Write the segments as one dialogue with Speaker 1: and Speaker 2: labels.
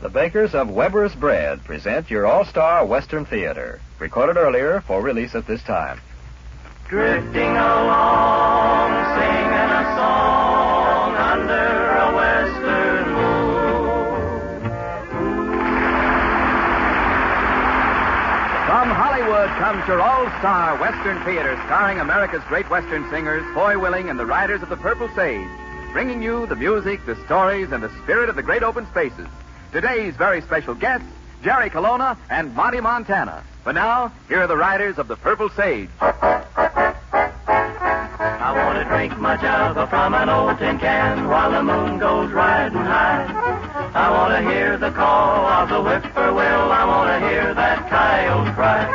Speaker 1: The bakers of Weber's Bread present your all-star Western Theater, recorded earlier for release at this time.
Speaker 2: Drifting along, singing a song under a western moon.
Speaker 3: From Hollywood comes your all-star Western theater starring America's great Western singers, Foy Willing and the Riders of the Purple Sage, bringing you the music, the stories, and the spirit of the great open spaces. Today's very special guests, Jerry Colonna and Monty Montana. But now, here are the Riders of the Purple Sage.
Speaker 2: I want to drink my java from an old tin can while the moon goes riding high. I want to hear the call of the whippoorwill. I want to hear that coyote cry.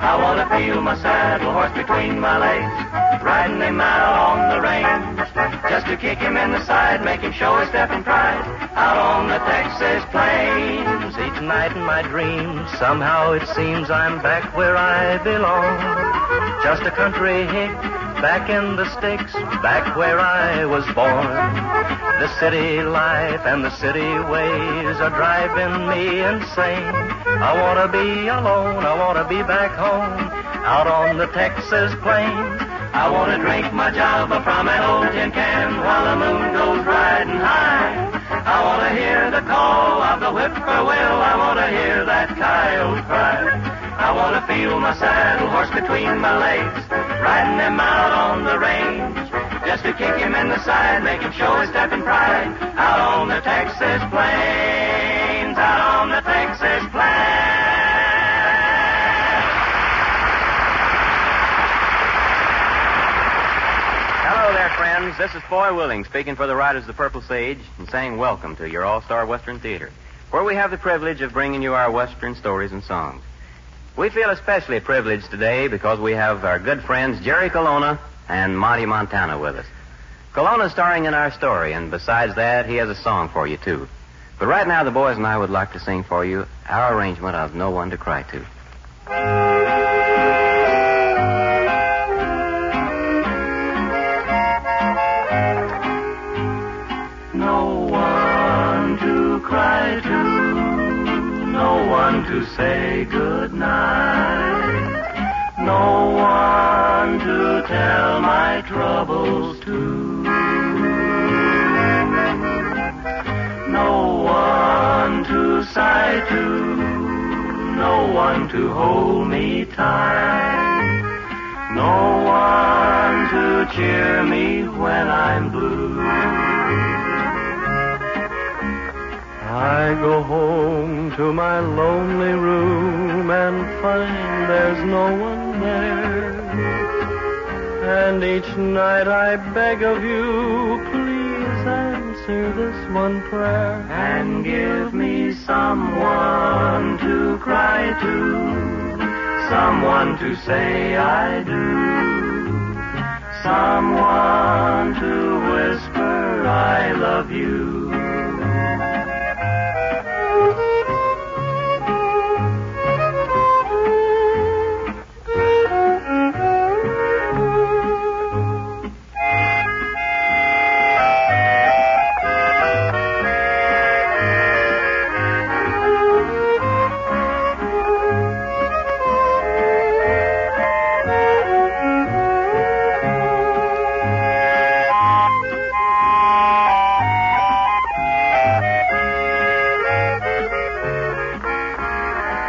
Speaker 2: I want to feel my saddle horse between my legs, riding him out on the range. Just to kick him in the side, make him show his step in pride out on the Texas plains. Each night in my dreams, somehow it seems I'm back where I belong. Just a country hick, back in the sticks, back where I was born. The city life and the city ways are driving me insane. I wanna be alone, I wanna be back home, out on the Texas plains. I wanna drink my java from an old tin can while the moon goes riding high. I wanna hear the call of the whippoorwill, I wanna hear that coyote cry. I want to feel my saddle horse between my legs, riding him out on the range. Just to kick him in the side, make him show his step and pride. Out on the Texas plains, out on the Texas plains.
Speaker 4: Hello there, friends. This is Foy Willing speaking for the Riders of the Purple Sage and saying welcome to your All Star Western Theater, where we have the privilege of bringing you our Western stories and songs. We feel especially privileged today because we have our good friends Jerry Colonna and Monty Montana with us. Colonna's starring in our story, and besides that, he has a song for you, too. But right now, the boys and I would like to sing for you our arrangement of No One to Cry To.
Speaker 2: No one to cry to, no one to say goodnight, no one to tell my troubles to. No one to sigh to, no one to hold me tight. No one to cheer me when I'm blue. I go home to my lonely room and find there's no one there. And each night I beg of you, please answer this one prayer. And give me someone to cry to, someone to say I do, someone to whisper I love you.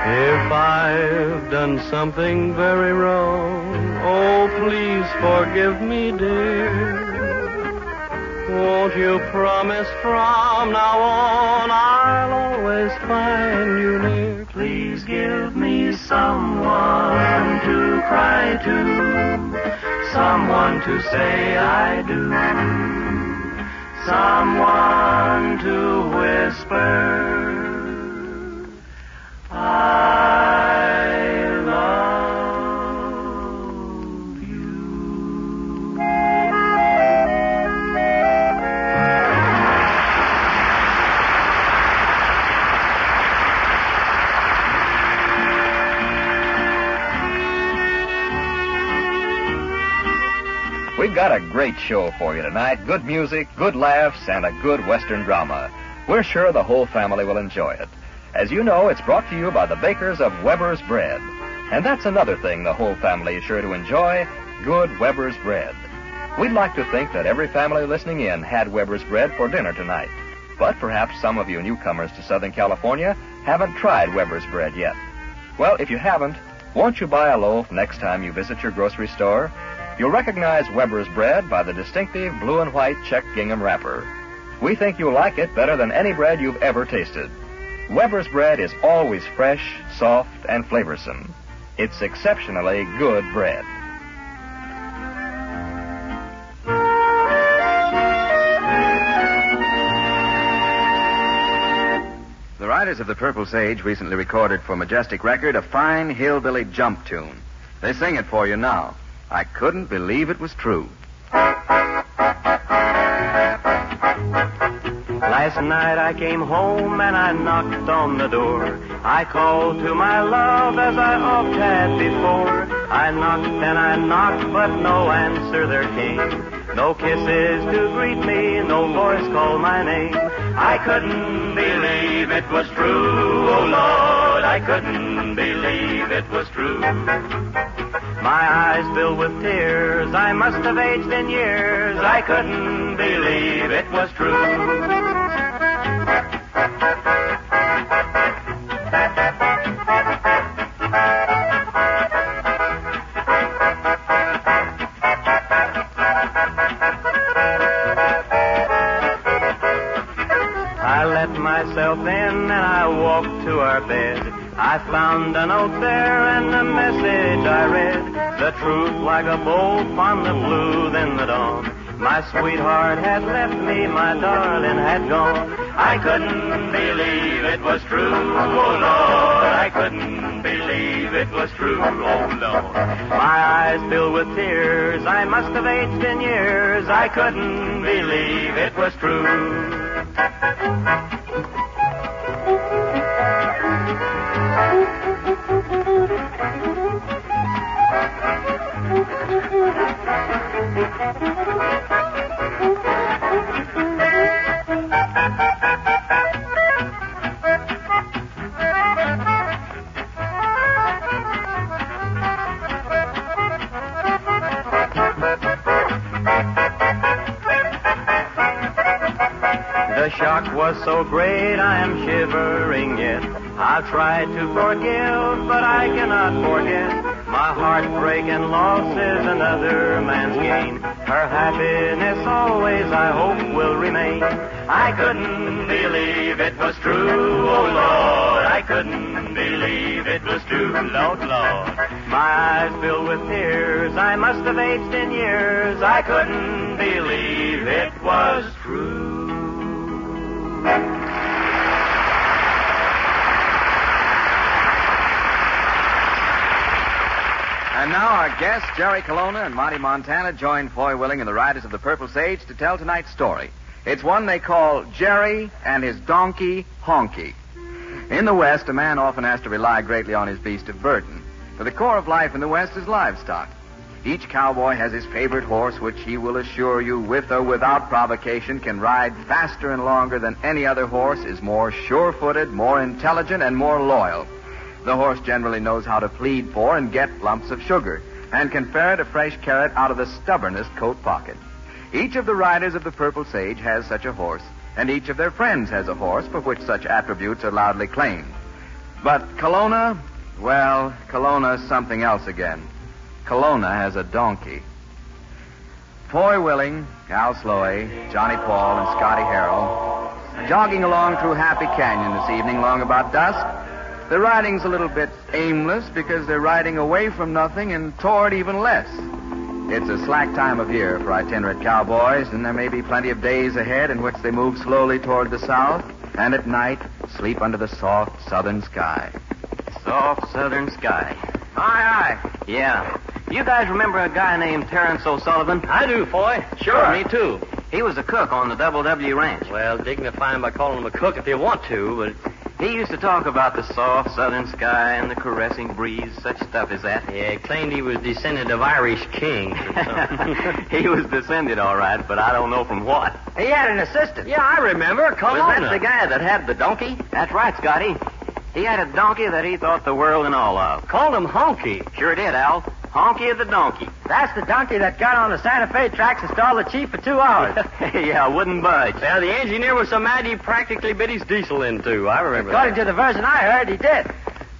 Speaker 2: If I've done something very wrong, oh, please forgive me, dear. Won't you promise from now on I'll always find you near? Please give me someone to cry to, someone to say I do, someone to whisper. I love you.
Speaker 1: We've got a great show for you tonight. Good music, good laughs, and a good Western drama. We're sure the whole family will enjoy it. As you know, it's brought to you by the bakers of Weber's Bread. And that's another thing the whole family is sure to enjoy good Weber's Bread. We'd like to think that every family listening in had Weber's Bread for dinner tonight. But perhaps some of you newcomers to Southern California haven't tried Weber's Bread yet. Well, if you haven't, won't you buy a loaf next time you visit your grocery store? You'll recognize Weber's Bread by the distinctive blue and white check gingham wrapper. We think you'll like it better than any bread you've ever tasted. Weber's Bread is always fresh, soft, and flavorsome. It's exceptionally good bread.
Speaker 3: The writers of the Purple Sage recently recorded for Majestic Record a fine hillbilly jump tune. They sing it for you now. I couldn't believe it was true.
Speaker 2: Last night I came home and I knocked on the door. I called to my love as I oft had before. I knocked and I knocked, but no answer there came. No kisses to greet me, no voice called my name. I couldn't believe it was true, oh Lord, I couldn't believe it was true. My eyes filled with tears. I must have aged in years. I couldn't believe it was true. I let myself in and I walked to our bed. I found a note there and a message I read. The truth like a bolt on the blue then the dawn. My sweetheart had left me, my darling had gone. I couldn't believe it was true, oh Lord. I couldn't believe it was true, oh Lord. My eyes filled with tears, I must have aged in years. I couldn't believe it was true. The shock was so great, I am shivering yet. I've tried to forgive, but I cannot forget. My heartbreak and loss is another man's gain. Her happiness always, I hope, will remain. I couldn't believe it was true, oh Lord. I couldn't believe it was true, Lord, Lord. My eyes filled with tears, I must have aged in years. I couldn't believe it was true.
Speaker 3: And now our guests, Jerry Colonna and Monty Montana, join Foy Willing and the Riders of the Purple Sage to tell tonight's story. It's one they call Jerry and his donkey, Honky. In the West, a man often has to rely greatly on his beast of burden, for the core of life in the West is livestock. Each cowboy has his favorite horse, which he will assure you, with or without provocation, can ride faster and longer than any other horse, is more sure footed, more intelligent, and more loyal. The horse generally knows how to plead for and get lumps of sugar, and can ferret a fresh carrot out of the stubbornest coat pocket. Each of the riders of the Purple Sage has such a horse, and each of their friends has a horse for which such attributes are loudly claimed. But Kelowna, well, Kelowna's something else again. Kelowna has a donkey. Foy Willing, Al Sloy, Johnny Paul, and Scotty Harrell, jogging along through Happy Canyon this evening, long about dusk. Their riding's a little bit aimless because they're riding away from nothing and toward even less. It's a slack time of year for itinerant cowboys, and there may be plenty of days ahead in which they move slowly toward the south, and at night sleep under the soft southern sky.
Speaker 4: Soft southern sky.
Speaker 3: Aye, aye.
Speaker 4: Yeah. You guys remember a guy named Terence O'Sullivan? I do, Foy. Sure. Me too.
Speaker 2: E
Speaker 4: He was a cook on the Double W Ranch. Well, dignify him by calling him a cook if you want to, but
Speaker 2: He used to talk about the soft southern sky and the caressing breeze, such stuff as that.
Speaker 4: Yeah, he claimed he was descended of Irish kings. or something.
Speaker 2: he was descended, all right, but I don't know from what.
Speaker 4: he had an assistant. Yeah, I remember. Come
Speaker 2: was that the guy that had the donkey? That's right, Scotty. He had a donkey that he thought the world and all of.
Speaker 4: Called him Honky.
Speaker 2: Sure did, Al. Honky the donkey.
Speaker 4: That's the donkey that got on the Santa Fe tracks and stalled the chief for two hours.
Speaker 2: yeah, wouldn't budge.
Speaker 4: Now, the engineer was so mad he practically bit his diesel in two. I remember
Speaker 5: According
Speaker 4: that.
Speaker 5: to the version I heard, he did.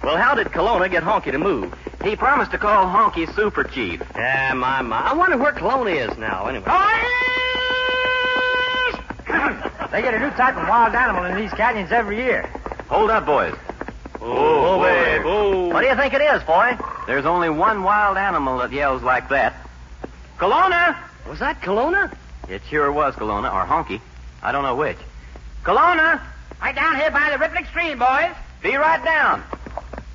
Speaker 2: Well, how did Kelowna get Honky to move? He promised to call Honky Super Chief. Oh,
Speaker 4: Yeah, my, my. I wonder where Cologne is now, anyway.
Speaker 5: They get a new type of wild animal in these canyons every year.
Speaker 2: Hold up, boys.
Speaker 4: Oh,
Speaker 2: boy.
Speaker 4: oh.
Speaker 5: What do you think it is, boy?
Speaker 2: There's only one wild animal that yells like that. Kelowna!
Speaker 4: Was that Kelowna?
Speaker 2: It sure was Kelowna, or Honky. I don't know which. Kelowna!
Speaker 5: Right down here by the rippling stream, boys.
Speaker 2: Be right down.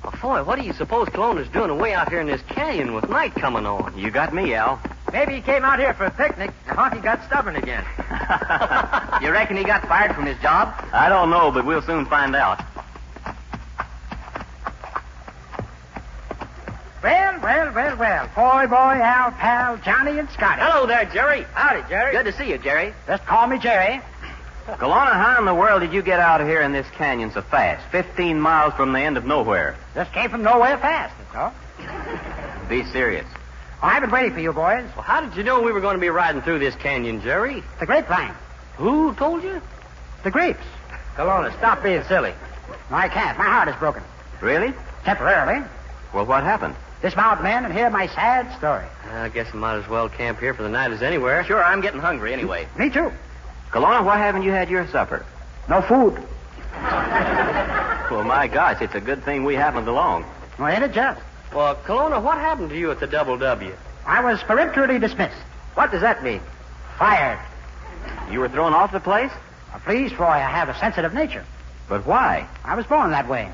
Speaker 4: Oh, boy, what do you suppose Kelowna's doing away out here in this canyon with night coming on?
Speaker 2: You got me, Al.
Speaker 5: Maybe he came out here for a picnic, and Honky got stubborn again.
Speaker 2: you reckon he got fired from his job? I don't know, but we'll soon find out.
Speaker 5: Well, well, well, well. Boy, boy, Al, pal, Johnny, and Scotty.
Speaker 4: Hello there, Jerry.
Speaker 5: Howdy, Jerry.
Speaker 2: to see you, Jerry.
Speaker 5: Just call me Jerry.
Speaker 2: Kelowna, how in the world did you get out here in this canyon so fast? Fifteen miles from the end of nowhere.
Speaker 5: Just came from nowhere fast, that's all. Oh,
Speaker 2: Be serious.
Speaker 5: I've been waiting for you, boys.
Speaker 4: Well, how did you know we were going to be riding through this canyon, Jerry?
Speaker 5: The grapevine.
Speaker 4: Who told you?
Speaker 5: The grapes.
Speaker 4: Kelowna, stop being silly.
Speaker 5: No, I can't. My heart is broken.
Speaker 2: Really?
Speaker 5: Temporarily.
Speaker 2: Well, what happened?
Speaker 5: Dismount, men, and hear my sad story.
Speaker 4: I guess I might as well camp here for the night as anywhere.
Speaker 2: Sure, I'm getting hungry anyway.
Speaker 5: Me too.
Speaker 2: Kelowna, why haven't you had your supper?
Speaker 5: No food.
Speaker 2: Well, my gosh, it's a good thing we haven't along.
Speaker 5: No, ain't it just?
Speaker 4: Well, Kelowna, what happened to you at the Double W?
Speaker 5: I was peremptorily dismissed.
Speaker 4: What does that mean?
Speaker 5: Fired.
Speaker 2: You were thrown off the place?
Speaker 5: Now, please, Roy, I have a sensitive nature.
Speaker 2: But why?
Speaker 5: I was born that way.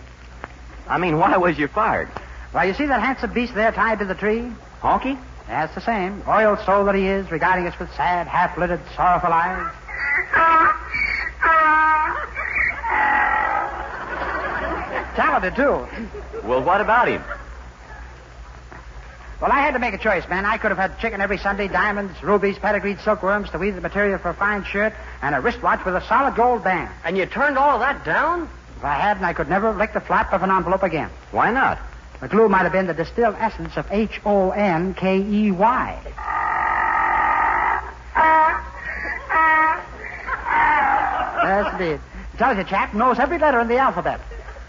Speaker 2: I mean, why was you fired?
Speaker 5: Well, you see that handsome beast there tied to the tree?
Speaker 2: Honky?
Speaker 5: That's the same. Royal soul that he is, regarding us with sad, half-lidded, sorrowful eyes. Talented, too.
Speaker 2: Well, what about him?
Speaker 5: Well, I had to make a choice, man. I could have had chicken every Sunday, diamonds, rubies, pedigreed silkworms to weave the material for a fine shirt, and a wristwatch with a solid gold band.
Speaker 4: And you turned all that down?
Speaker 5: If I hadn't, I could never have licked the flap of an envelope again.
Speaker 2: Why not?
Speaker 5: The glue might have been the distilled essence of H O N K E Y. Yes, indeed. Tells you, chap knows every letter in the alphabet.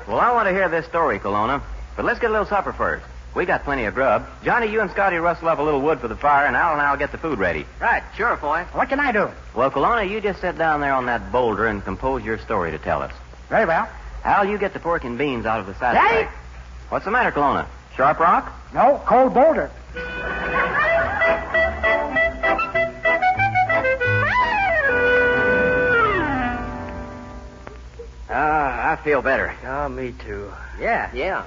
Speaker 2: Well, I want to hear this story, Kelowna. But let's get a little supper first. We got plenty of grub. Johnny, you and Scotty rustle up a little wood for the fire, and Al and I'll get the food ready.
Speaker 4: Right, sure, boy.
Speaker 5: What can I do?
Speaker 2: Well, Kelowna, you just sit down there on that boulder and compose your story to tell us.
Speaker 5: Very well.
Speaker 2: Al, you get the pork and beans out of the saddle.
Speaker 5: Daddy?
Speaker 2: bag. What's the matter, Kelowna? Sharp rock?
Speaker 5: No, cold boulder.
Speaker 2: Ah, I feel better.
Speaker 4: Ah, me too.
Speaker 2: Yeah.
Speaker 4: Yeah.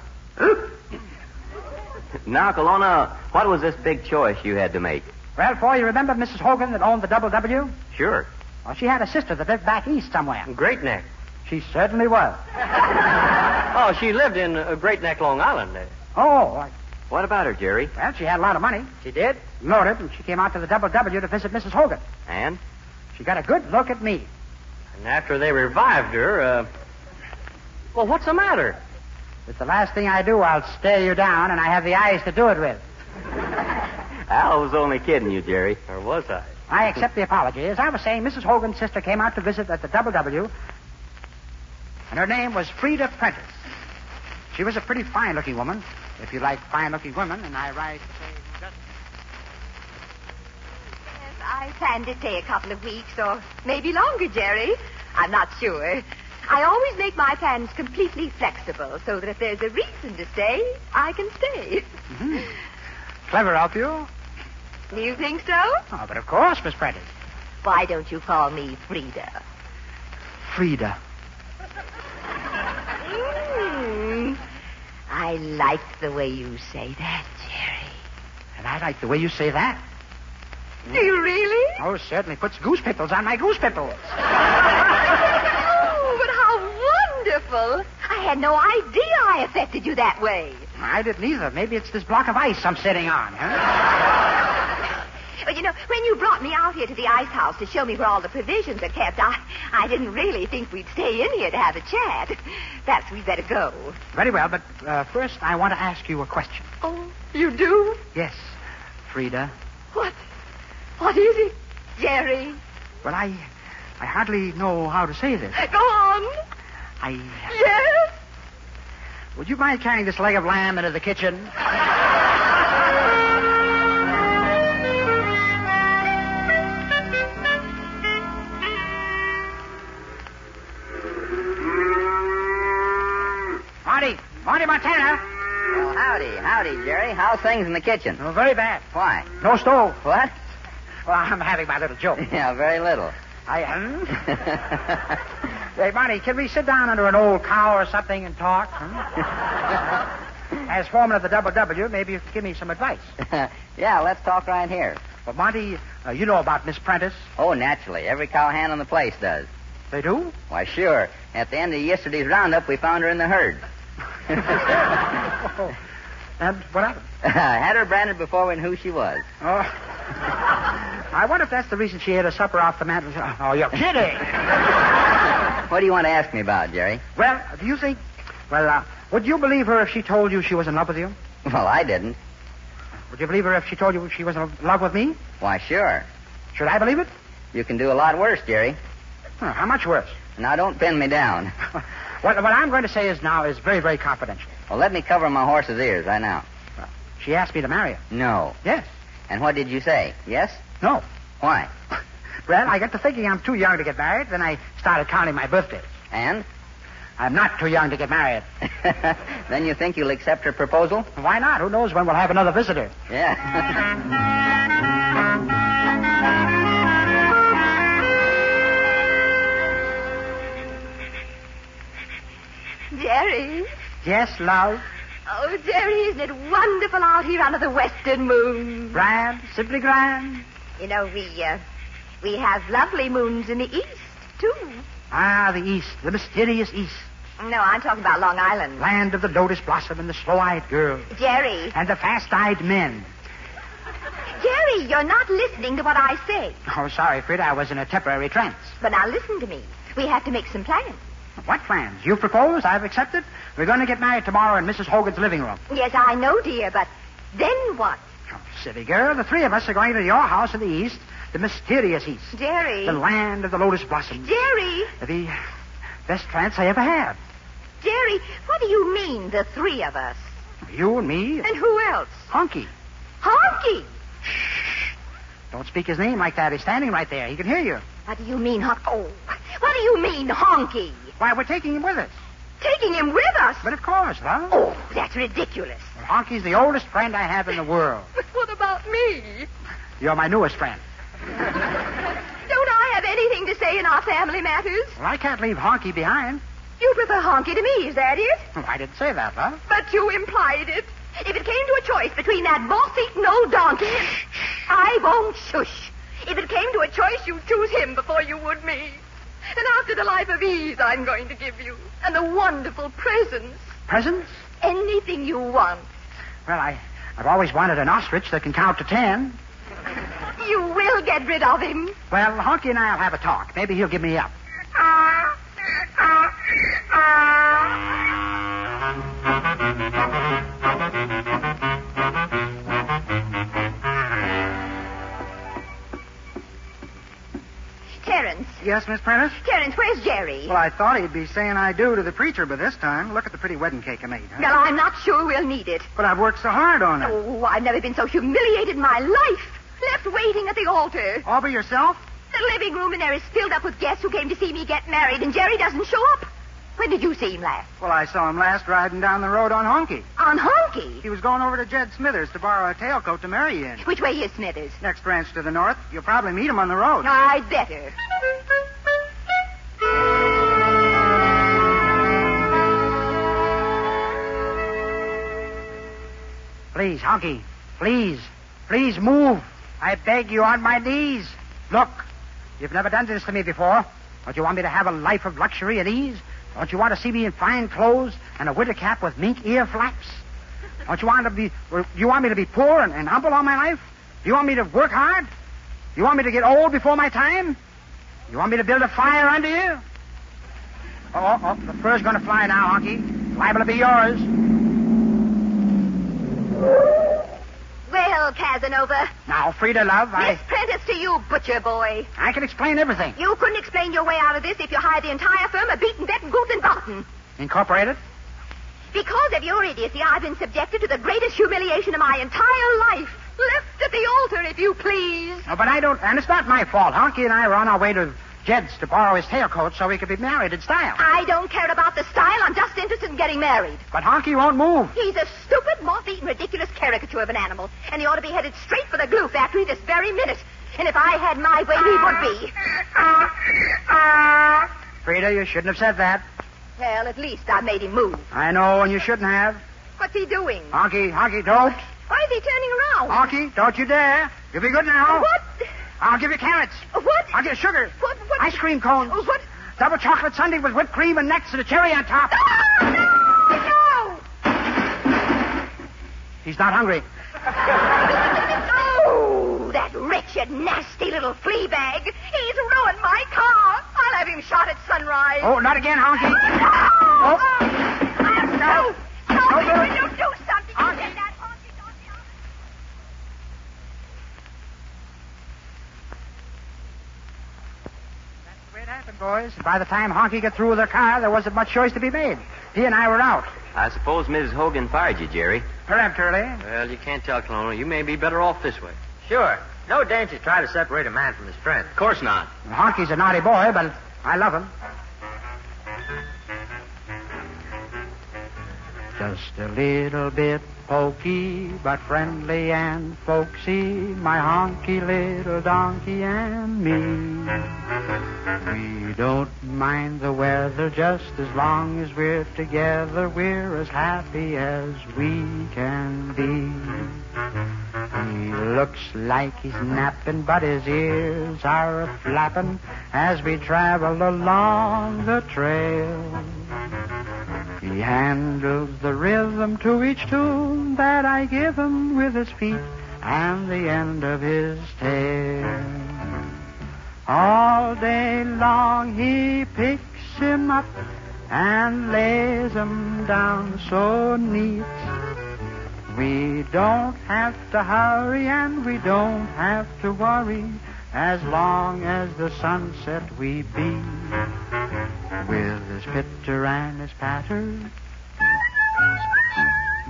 Speaker 2: Now, Kelowna, what was this big choice you had to make?
Speaker 5: Well, for you remember Mrs. Hogan that owned the Double W?
Speaker 2: Sure.
Speaker 5: Well, she had a sister that lived back east somewhere.
Speaker 4: Great Neck.
Speaker 5: She certainly was.
Speaker 4: Oh, she lived in uh, Great Neck, Long Island. eh?
Speaker 5: Oh,
Speaker 2: What about her, Jerry?
Speaker 5: well, she had a lot of money.
Speaker 4: She did?
Speaker 5: Loaded, and she came out to the Double W to visit Mrs. Hogan.
Speaker 2: And?
Speaker 5: She got a good look at me.
Speaker 4: And after they revived her, uh... Well, what's the matter?
Speaker 5: If the last thing I do, I'll stare you down, and I have the eyes to do it with.
Speaker 2: Al was only kidding you, Jerry.
Speaker 4: Or was I?
Speaker 5: I accept the apology. As I was saying, Mrs. Hogan's sister came out to visit at the Double W, and her name was Frida Prentice. She was a pretty fine-looking woman, if you like fine-looking women, and I rise to say who doesn't.
Speaker 6: Yes, I planned to stay a couple of weeks or maybe longer, Jerry. I'm not sure. I always make my plans completely flexible so that if there's a reason to stay, I can stay.
Speaker 5: Clever of you.
Speaker 6: Do you think so?
Speaker 5: Oh, but of course, Miss Prentice.
Speaker 6: Why don't you call me Frida?
Speaker 5: Frida.
Speaker 6: Mm. I like the way you say that, Jerry.
Speaker 5: And I like the way you say that.
Speaker 6: Do you really?
Speaker 5: Oh, certainly puts goose pimples on my goose pimples.
Speaker 6: Oh, but how wonderful! had no idea I affected you that way.
Speaker 5: I didn't either. Maybe it's this block of ice I'm sitting on, huh?
Speaker 6: But you know, when you brought me out here to the ice house to show me where all the provisions are kept, I, I didn't really think we'd stay in here to have a chat. Perhaps we'd better go.
Speaker 5: Very well, but uh, first I want to ask you a question.
Speaker 6: Oh, you do?
Speaker 5: Yes, Frida.
Speaker 6: What? What is it, Jerry?
Speaker 5: Well, I, I hardly know how to say this.
Speaker 6: Go on.
Speaker 5: I.
Speaker 6: Yes?
Speaker 5: Would you mind carrying this leg of lamb into the kitchen? Marty, Marty Montana.
Speaker 7: Well, howdy, howdy, Jerry. How's things in the kitchen?
Speaker 5: Oh, very bad.
Speaker 7: Why?
Speaker 5: No stove.
Speaker 7: What?
Speaker 5: Well, I'm having my little joke.
Speaker 7: Yeah, very little.
Speaker 5: I am. hey, Marty, can we sit down under an old cow or something and talk? hmm? As foreman of the Double W, maybe you could give me some advice.
Speaker 7: yeah, let's talk right here.
Speaker 5: But, Monty, uh, you know about Miss Prentice.
Speaker 7: Oh, naturally. Every cowhand in the place does.
Speaker 5: They do?
Speaker 7: Why, sure. At the end of yesterday's roundup, we found her in the herd.
Speaker 5: Oh. And what happened?
Speaker 7: Had her branded before we knew who she was.
Speaker 5: Oh. I wonder if that's the reason she ate her supper off the mantel. Oh, you're kidding.
Speaker 7: What do you want to ask me about, Jerry?
Speaker 5: well, do you think... Well, uh, would you believe her if she told you she was in love with you?
Speaker 7: Well, I didn't.
Speaker 5: Would you believe her if she told you she was in love with me?
Speaker 7: Why, sure.
Speaker 5: Should I believe it?
Speaker 7: You can do a lot worse, Jerry.
Speaker 5: Huh, how much worse?
Speaker 7: Now, don't pin me down.
Speaker 5: what, what I'm going to say is now is very, very confidential.
Speaker 7: Well, let me cover my horse's ears right now.
Speaker 5: She asked me to marry her.
Speaker 7: No.
Speaker 5: Yes.
Speaker 7: And what did you say? Yes?
Speaker 5: No.
Speaker 7: Why?
Speaker 5: Well, I got to thinking I'm too young to get married. Then I started counting my birthdays.
Speaker 7: And?
Speaker 5: I'm not too young to get married.
Speaker 7: then you think you'll accept her proposal?
Speaker 5: Why not? Who knows when we'll have another visitor?
Speaker 7: Yeah.
Speaker 6: Jerry.
Speaker 5: Yes, love.
Speaker 6: Oh, Jerry, isn't it wonderful out here under the western moon?
Speaker 5: Grand, simply grand.
Speaker 6: You know, we, uh, we have lovely moons in the east, too.
Speaker 5: Ah, the East, the mysterious East,
Speaker 6: No, I'm talking about Long Island.
Speaker 5: land of the lotus blossom and the slow-eyed girl
Speaker 6: Jerry.
Speaker 5: and the fast-eyed men.
Speaker 6: Jerry, you're not listening to what I say.
Speaker 5: Oh, sorry, Frida, I was in a temporary trance.
Speaker 6: But now listen to me. We have to make some plans.
Speaker 5: What plans? You proposed, I've accepted. We're going to get married tomorrow in Mrs. Hogan's living room.
Speaker 6: Yes, I know, dear, but then what?
Speaker 5: Oh, silly girl, the three of us are going to your house in the East, the mysterious East,
Speaker 6: Jerry.
Speaker 5: the land of the lotus blossom,
Speaker 6: Jerry,
Speaker 5: the best trance I ever had.
Speaker 6: Jerry, what do you mean, the three of us?
Speaker 5: You and me,
Speaker 6: And who else?
Speaker 5: Honky.
Speaker 6: Honky.
Speaker 5: Shh. Don't speak his name like that. He's standing right there. He can hear you.
Speaker 6: What do you mean, Honky? Oh, what do you mean, Honky?
Speaker 5: Why, we're taking him with us.
Speaker 6: Taking him with us?
Speaker 5: But of course, love.
Speaker 6: Oh, that's ridiculous.
Speaker 5: Well, Honky's the oldest friend I have in the world.
Speaker 6: But what about me?
Speaker 5: You're my newest friend.
Speaker 6: Don't I have anything to say in our family matters?
Speaker 5: Well, I can't leave Honky behind.
Speaker 6: You prefer Honky to me, is that it?
Speaker 5: Well, I didn't say that, love.
Speaker 6: But you implied it. If it came to a choice between that boss-eaten old donkey and... I won't shush. If it came to a choice, you'd choose him before you would me. And after the life of ease I'm going to give you, and the wonderful presents,
Speaker 5: Presents?
Speaker 6: anything you want,
Speaker 5: Well, I, I've always wanted an ostrich that can count to ten.
Speaker 6: you will get rid of him.
Speaker 5: Well, Honky and I'll have a talk. Maybe he'll give me up.
Speaker 6: Terence,
Speaker 5: Yes, Miss Prentice?
Speaker 6: Terence, where's Jerry?
Speaker 5: Well, I thought he'd be saying I do to the preacher by this time. Look at the pretty wedding cake I made, huh?
Speaker 6: Well, I'm not sure we'll need it.
Speaker 5: But I've worked so hard on it.
Speaker 6: Oh, I've never been so humiliated in my life. Left waiting at the altar.
Speaker 5: All by yourself?
Speaker 6: The living room in there is filled up with guests who came to see me get married, and Jerry doesn't show up. When did you see him last?
Speaker 5: Well, I saw him last riding down the road on Honky.
Speaker 6: On Honky.
Speaker 5: He was going over to Jed Smithers to borrow a tailcoat to marry you in.
Speaker 6: Which way is Smithers?
Speaker 5: Next ranch to the north. You'll probably meet him on the road.
Speaker 6: I'd better.
Speaker 5: Please, Honky. Please. Please move. I beg you on my knees. Look, you've never done this to me before. Don't you want me to have a life of luxury and ease? Don't you want to see me in fine clothes and a winter cap with mink ear flaps? Don't you want to be? or You want me to be poor and, and humble all my life? You want me to work hard? You want me to get old before my time? You want me to build a fire under you? Oh, oh, oh the fur's going to fly now, Honky. It's liable to be yours.
Speaker 6: Well, Casanova,
Speaker 5: Now, Frida, love, I
Speaker 6: this Prentice to you, butcher boy.
Speaker 5: I can explain everything.
Speaker 6: You couldn't explain your way out of this if you hired the entire firm of Beaton, Bet, Goot, and Barton.
Speaker 5: Incorporated?
Speaker 6: Because of your idiocy, I've been subjected to the greatest humiliation of my entire life. Left at the altar, if you please.
Speaker 5: No, but I don't. And it's not my fault. Honky and I were on our way to Jed's to borrow his tailcoat so we could be married in style.
Speaker 6: I don't care about the style. I'm just interested in getting married.
Speaker 5: But Honky won't move.
Speaker 6: He's a stupid, moth-eaten, ridiculous caricature of an animal, and he ought to be headed straight for the glue factory this very minute. And if I had my way, he would be.
Speaker 5: Frida, you shouldn't have said that.
Speaker 6: Well, at least I made him move.
Speaker 5: I know, and you shouldn't have.
Speaker 6: What's he doing?
Speaker 5: Honky, Honky, don't.
Speaker 6: Why is he turning around?
Speaker 5: Honky, don't you dare. You'll be good
Speaker 6: Oh.
Speaker 5: now.
Speaker 6: What?
Speaker 5: I'll give you carrots.
Speaker 6: What?
Speaker 5: I'll give you sugar.
Speaker 6: What? What?
Speaker 5: Ice cream cones.
Speaker 6: Oh, what?
Speaker 5: Double chocolate sundae with whipped cream and nuts and a cherry on top.
Speaker 6: Ah, Oh,
Speaker 5: He's not hungry.
Speaker 6: no! No! That wretched, nasty little flea bag. He's ruined my car. I'll have him shot at sunrise.
Speaker 5: Oh, not again, Honky.
Speaker 6: No!
Speaker 5: Oh.
Speaker 6: Oh, no.
Speaker 5: No,
Speaker 6: Tell me
Speaker 5: no.
Speaker 6: when you do something. You
Speaker 5: Honky.
Speaker 6: said that honky, honky, honky.
Speaker 5: That's the way it happened, boys. By the time Honky got through with her car, there wasn't much choice to be made. He and I were out.
Speaker 4: I suppose Mrs. Hogan fired you, Jerry.
Speaker 5: Peremptorily.
Speaker 8: Well, you can't tell, Colonel. You may be better off this way.
Speaker 9: Sure. No danger to try to separate a man from his friend.
Speaker 8: Of course not.
Speaker 5: Honky's a naughty boy, but I love him. Just a little bit pokey, but friendly and folksy, my honky little donkey and me. We don't mind the weather just as long as we're together, we're as happy as we can be. He looks like he's napping, but his ears are a flapping as we travel along the trail. He handles the rhythm to each tune that I give him with his feet and the end of his tail. All day long he picks him up and lays him down so neat. We don't have to hurry and we don't have to worry as long as the sunset we beat with his pitter and his patter.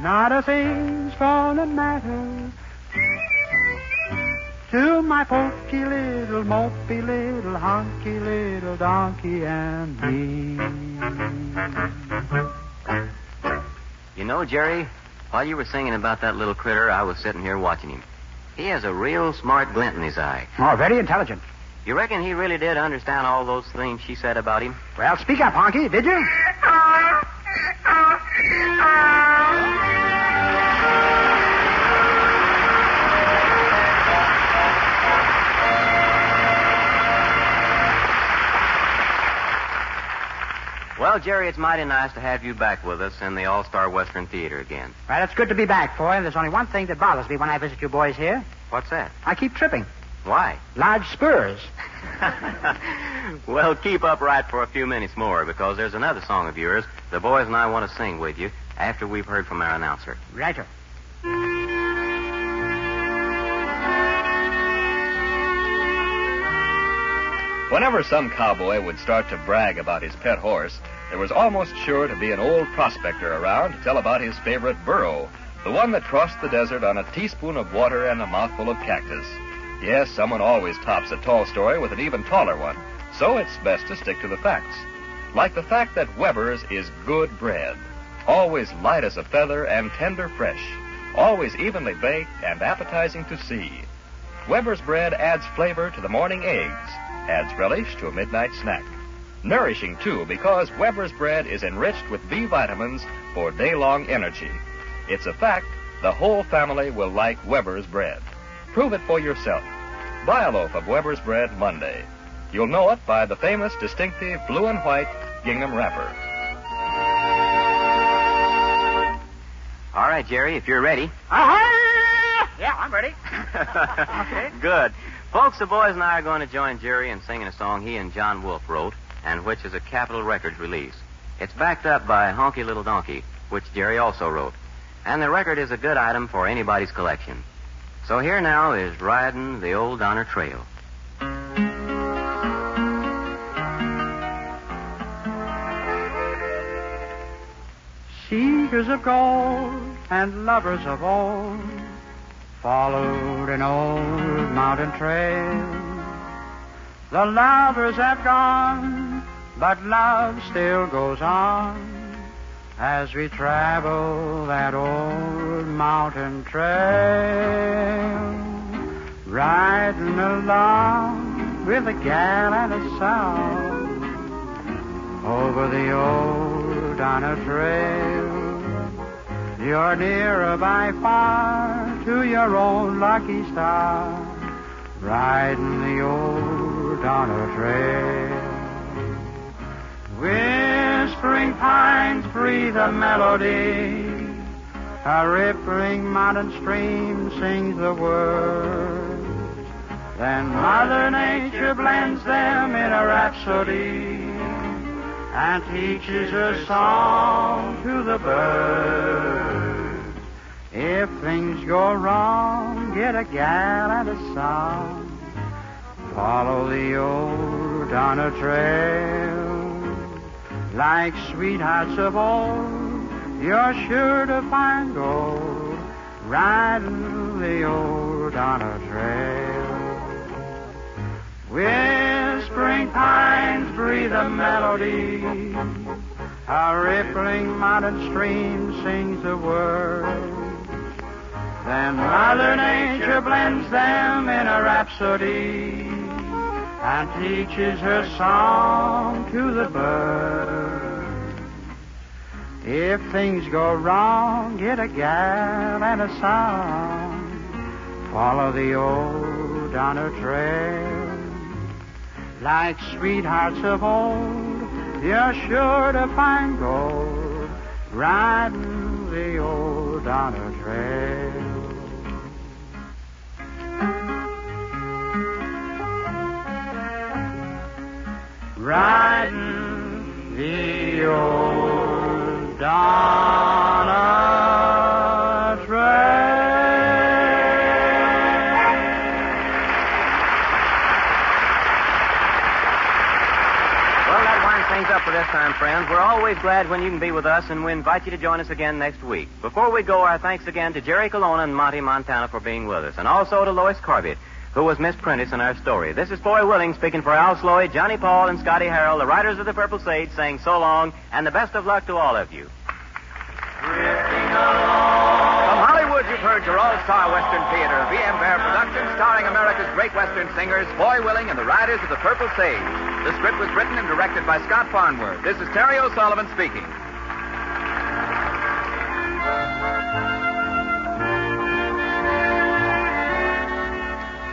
Speaker 5: Not a thing's gonna matter to my pokey little, mopey little, honky little donkey and me.
Speaker 4: You know, Jerry, while you were singing about that little critter, I was sitting here watching him. He has a real smart glint in his eye.
Speaker 5: Oh, very intelligent.
Speaker 4: You reckon he really did understand all those things she said about him?
Speaker 5: Well, speak up, honky, did you?
Speaker 4: Well, Jerry, it's mighty nice to have you back with us in the All Star Western Theater again.
Speaker 5: Well, it's good to be back, boy. There's only one thing that bothers me when I visit you boys here.
Speaker 4: What's that?
Speaker 5: I keep tripping.
Speaker 4: Why?
Speaker 5: Large spurs.
Speaker 4: well, keep upright for a few minutes more because there's another song of yours the boys and I want to sing with you after we've heard from our announcer.
Speaker 5: Righto.
Speaker 2: Whenever some cowboy would start to brag about his pet horse, there was almost sure to be an old prospector around to tell about his favorite burro, the one that crossed the desert on a teaspoon of water and a mouthful of cactus. Yes, someone always tops a tall story with an even taller one, so it's best to stick to the facts. Like the fact that Weber's is good bread, always light as a feather and tender fresh, always evenly baked and appetizing to see. Weber's bread adds flavor to the morning eggs, adds relish to a midnight snack. Nourishing, too, because Weber's bread is enriched with B vitamins for day long energy. It's a fact the whole family will like Weber's bread. Prove it for yourself. Buy a loaf of Weber's bread Monday. You'll know it by the famous, distinctive blue and white gingham wrapper.
Speaker 4: All right, Jerry, if you're ready.
Speaker 10: Yeah, I'm ready.
Speaker 4: Good. Folks, the boys and I are going to join Jerry in singing a song he and John Wolfe wrote, and which is a Capitol Records release. It's backed up by Honky Little Donkey, which Jerry also wrote. And the record is a good item for anybody's collection. So here now is Riding the Old Donner Trail.
Speaker 5: Seekers of gold and lovers of old followed an old mountain trail. The lovers have gone, but love still goes on as we travel that old mountain trail. Riding along with a gal and a sow over the old Donna Trail. You're nearer by far to your own lucky star, riding the old Donna Trail. Whispering pines breathe a melody. A rippling mountain stream sings the words. Then Mother Nature blends them in a rhapsody and teaches a song to the birds. If things go wrong, get a gal and a song. Follow the old Donna Trail. Like sweethearts of old, you're sure to find gold riding the old Donna Trail. Whispering pines breathe a melody. A rippling mountain stream sings the word. Then Mother Nature blends them in a rhapsody and teaches her song to the birds. If things go wrong, get a gal and a song. Follow the old Donner Trail. Like sweethearts of old, you're sure to find gold riding the old Donner Trail. Riding the old Donner Trail.
Speaker 4: Well, that winds things up for this time, friends. We're always glad when you can be with us, and we invite you to join us again next week. Before we go, our thanks again to Jerry Colonna and Monty Montana for being with us, and also to Lois Corbett, who was Miss Prentice in our story. This is Boy Willing speaking for Al Sloy, Johnny Paul, and Scotty Harrell, the writers of the Purple Sage, saying so long, and the best of luck to all of you.
Speaker 11: From Hollywood, you've heard your all-star Western Theater, a VM Bear production starring America's great Western singers, Boy Willing and the Riders of the Purple Sage. The script was written and directed by Scott Farnworth. This is Terry O'Sullivan speaking.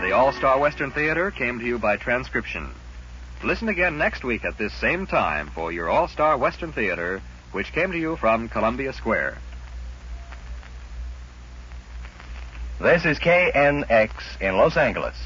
Speaker 2: The All Star Western Theater came to you by transcription. Listen again next week at this same time for your All Star Western Theater, which came to you from Columbia Square. This is KNX in Los Angeles.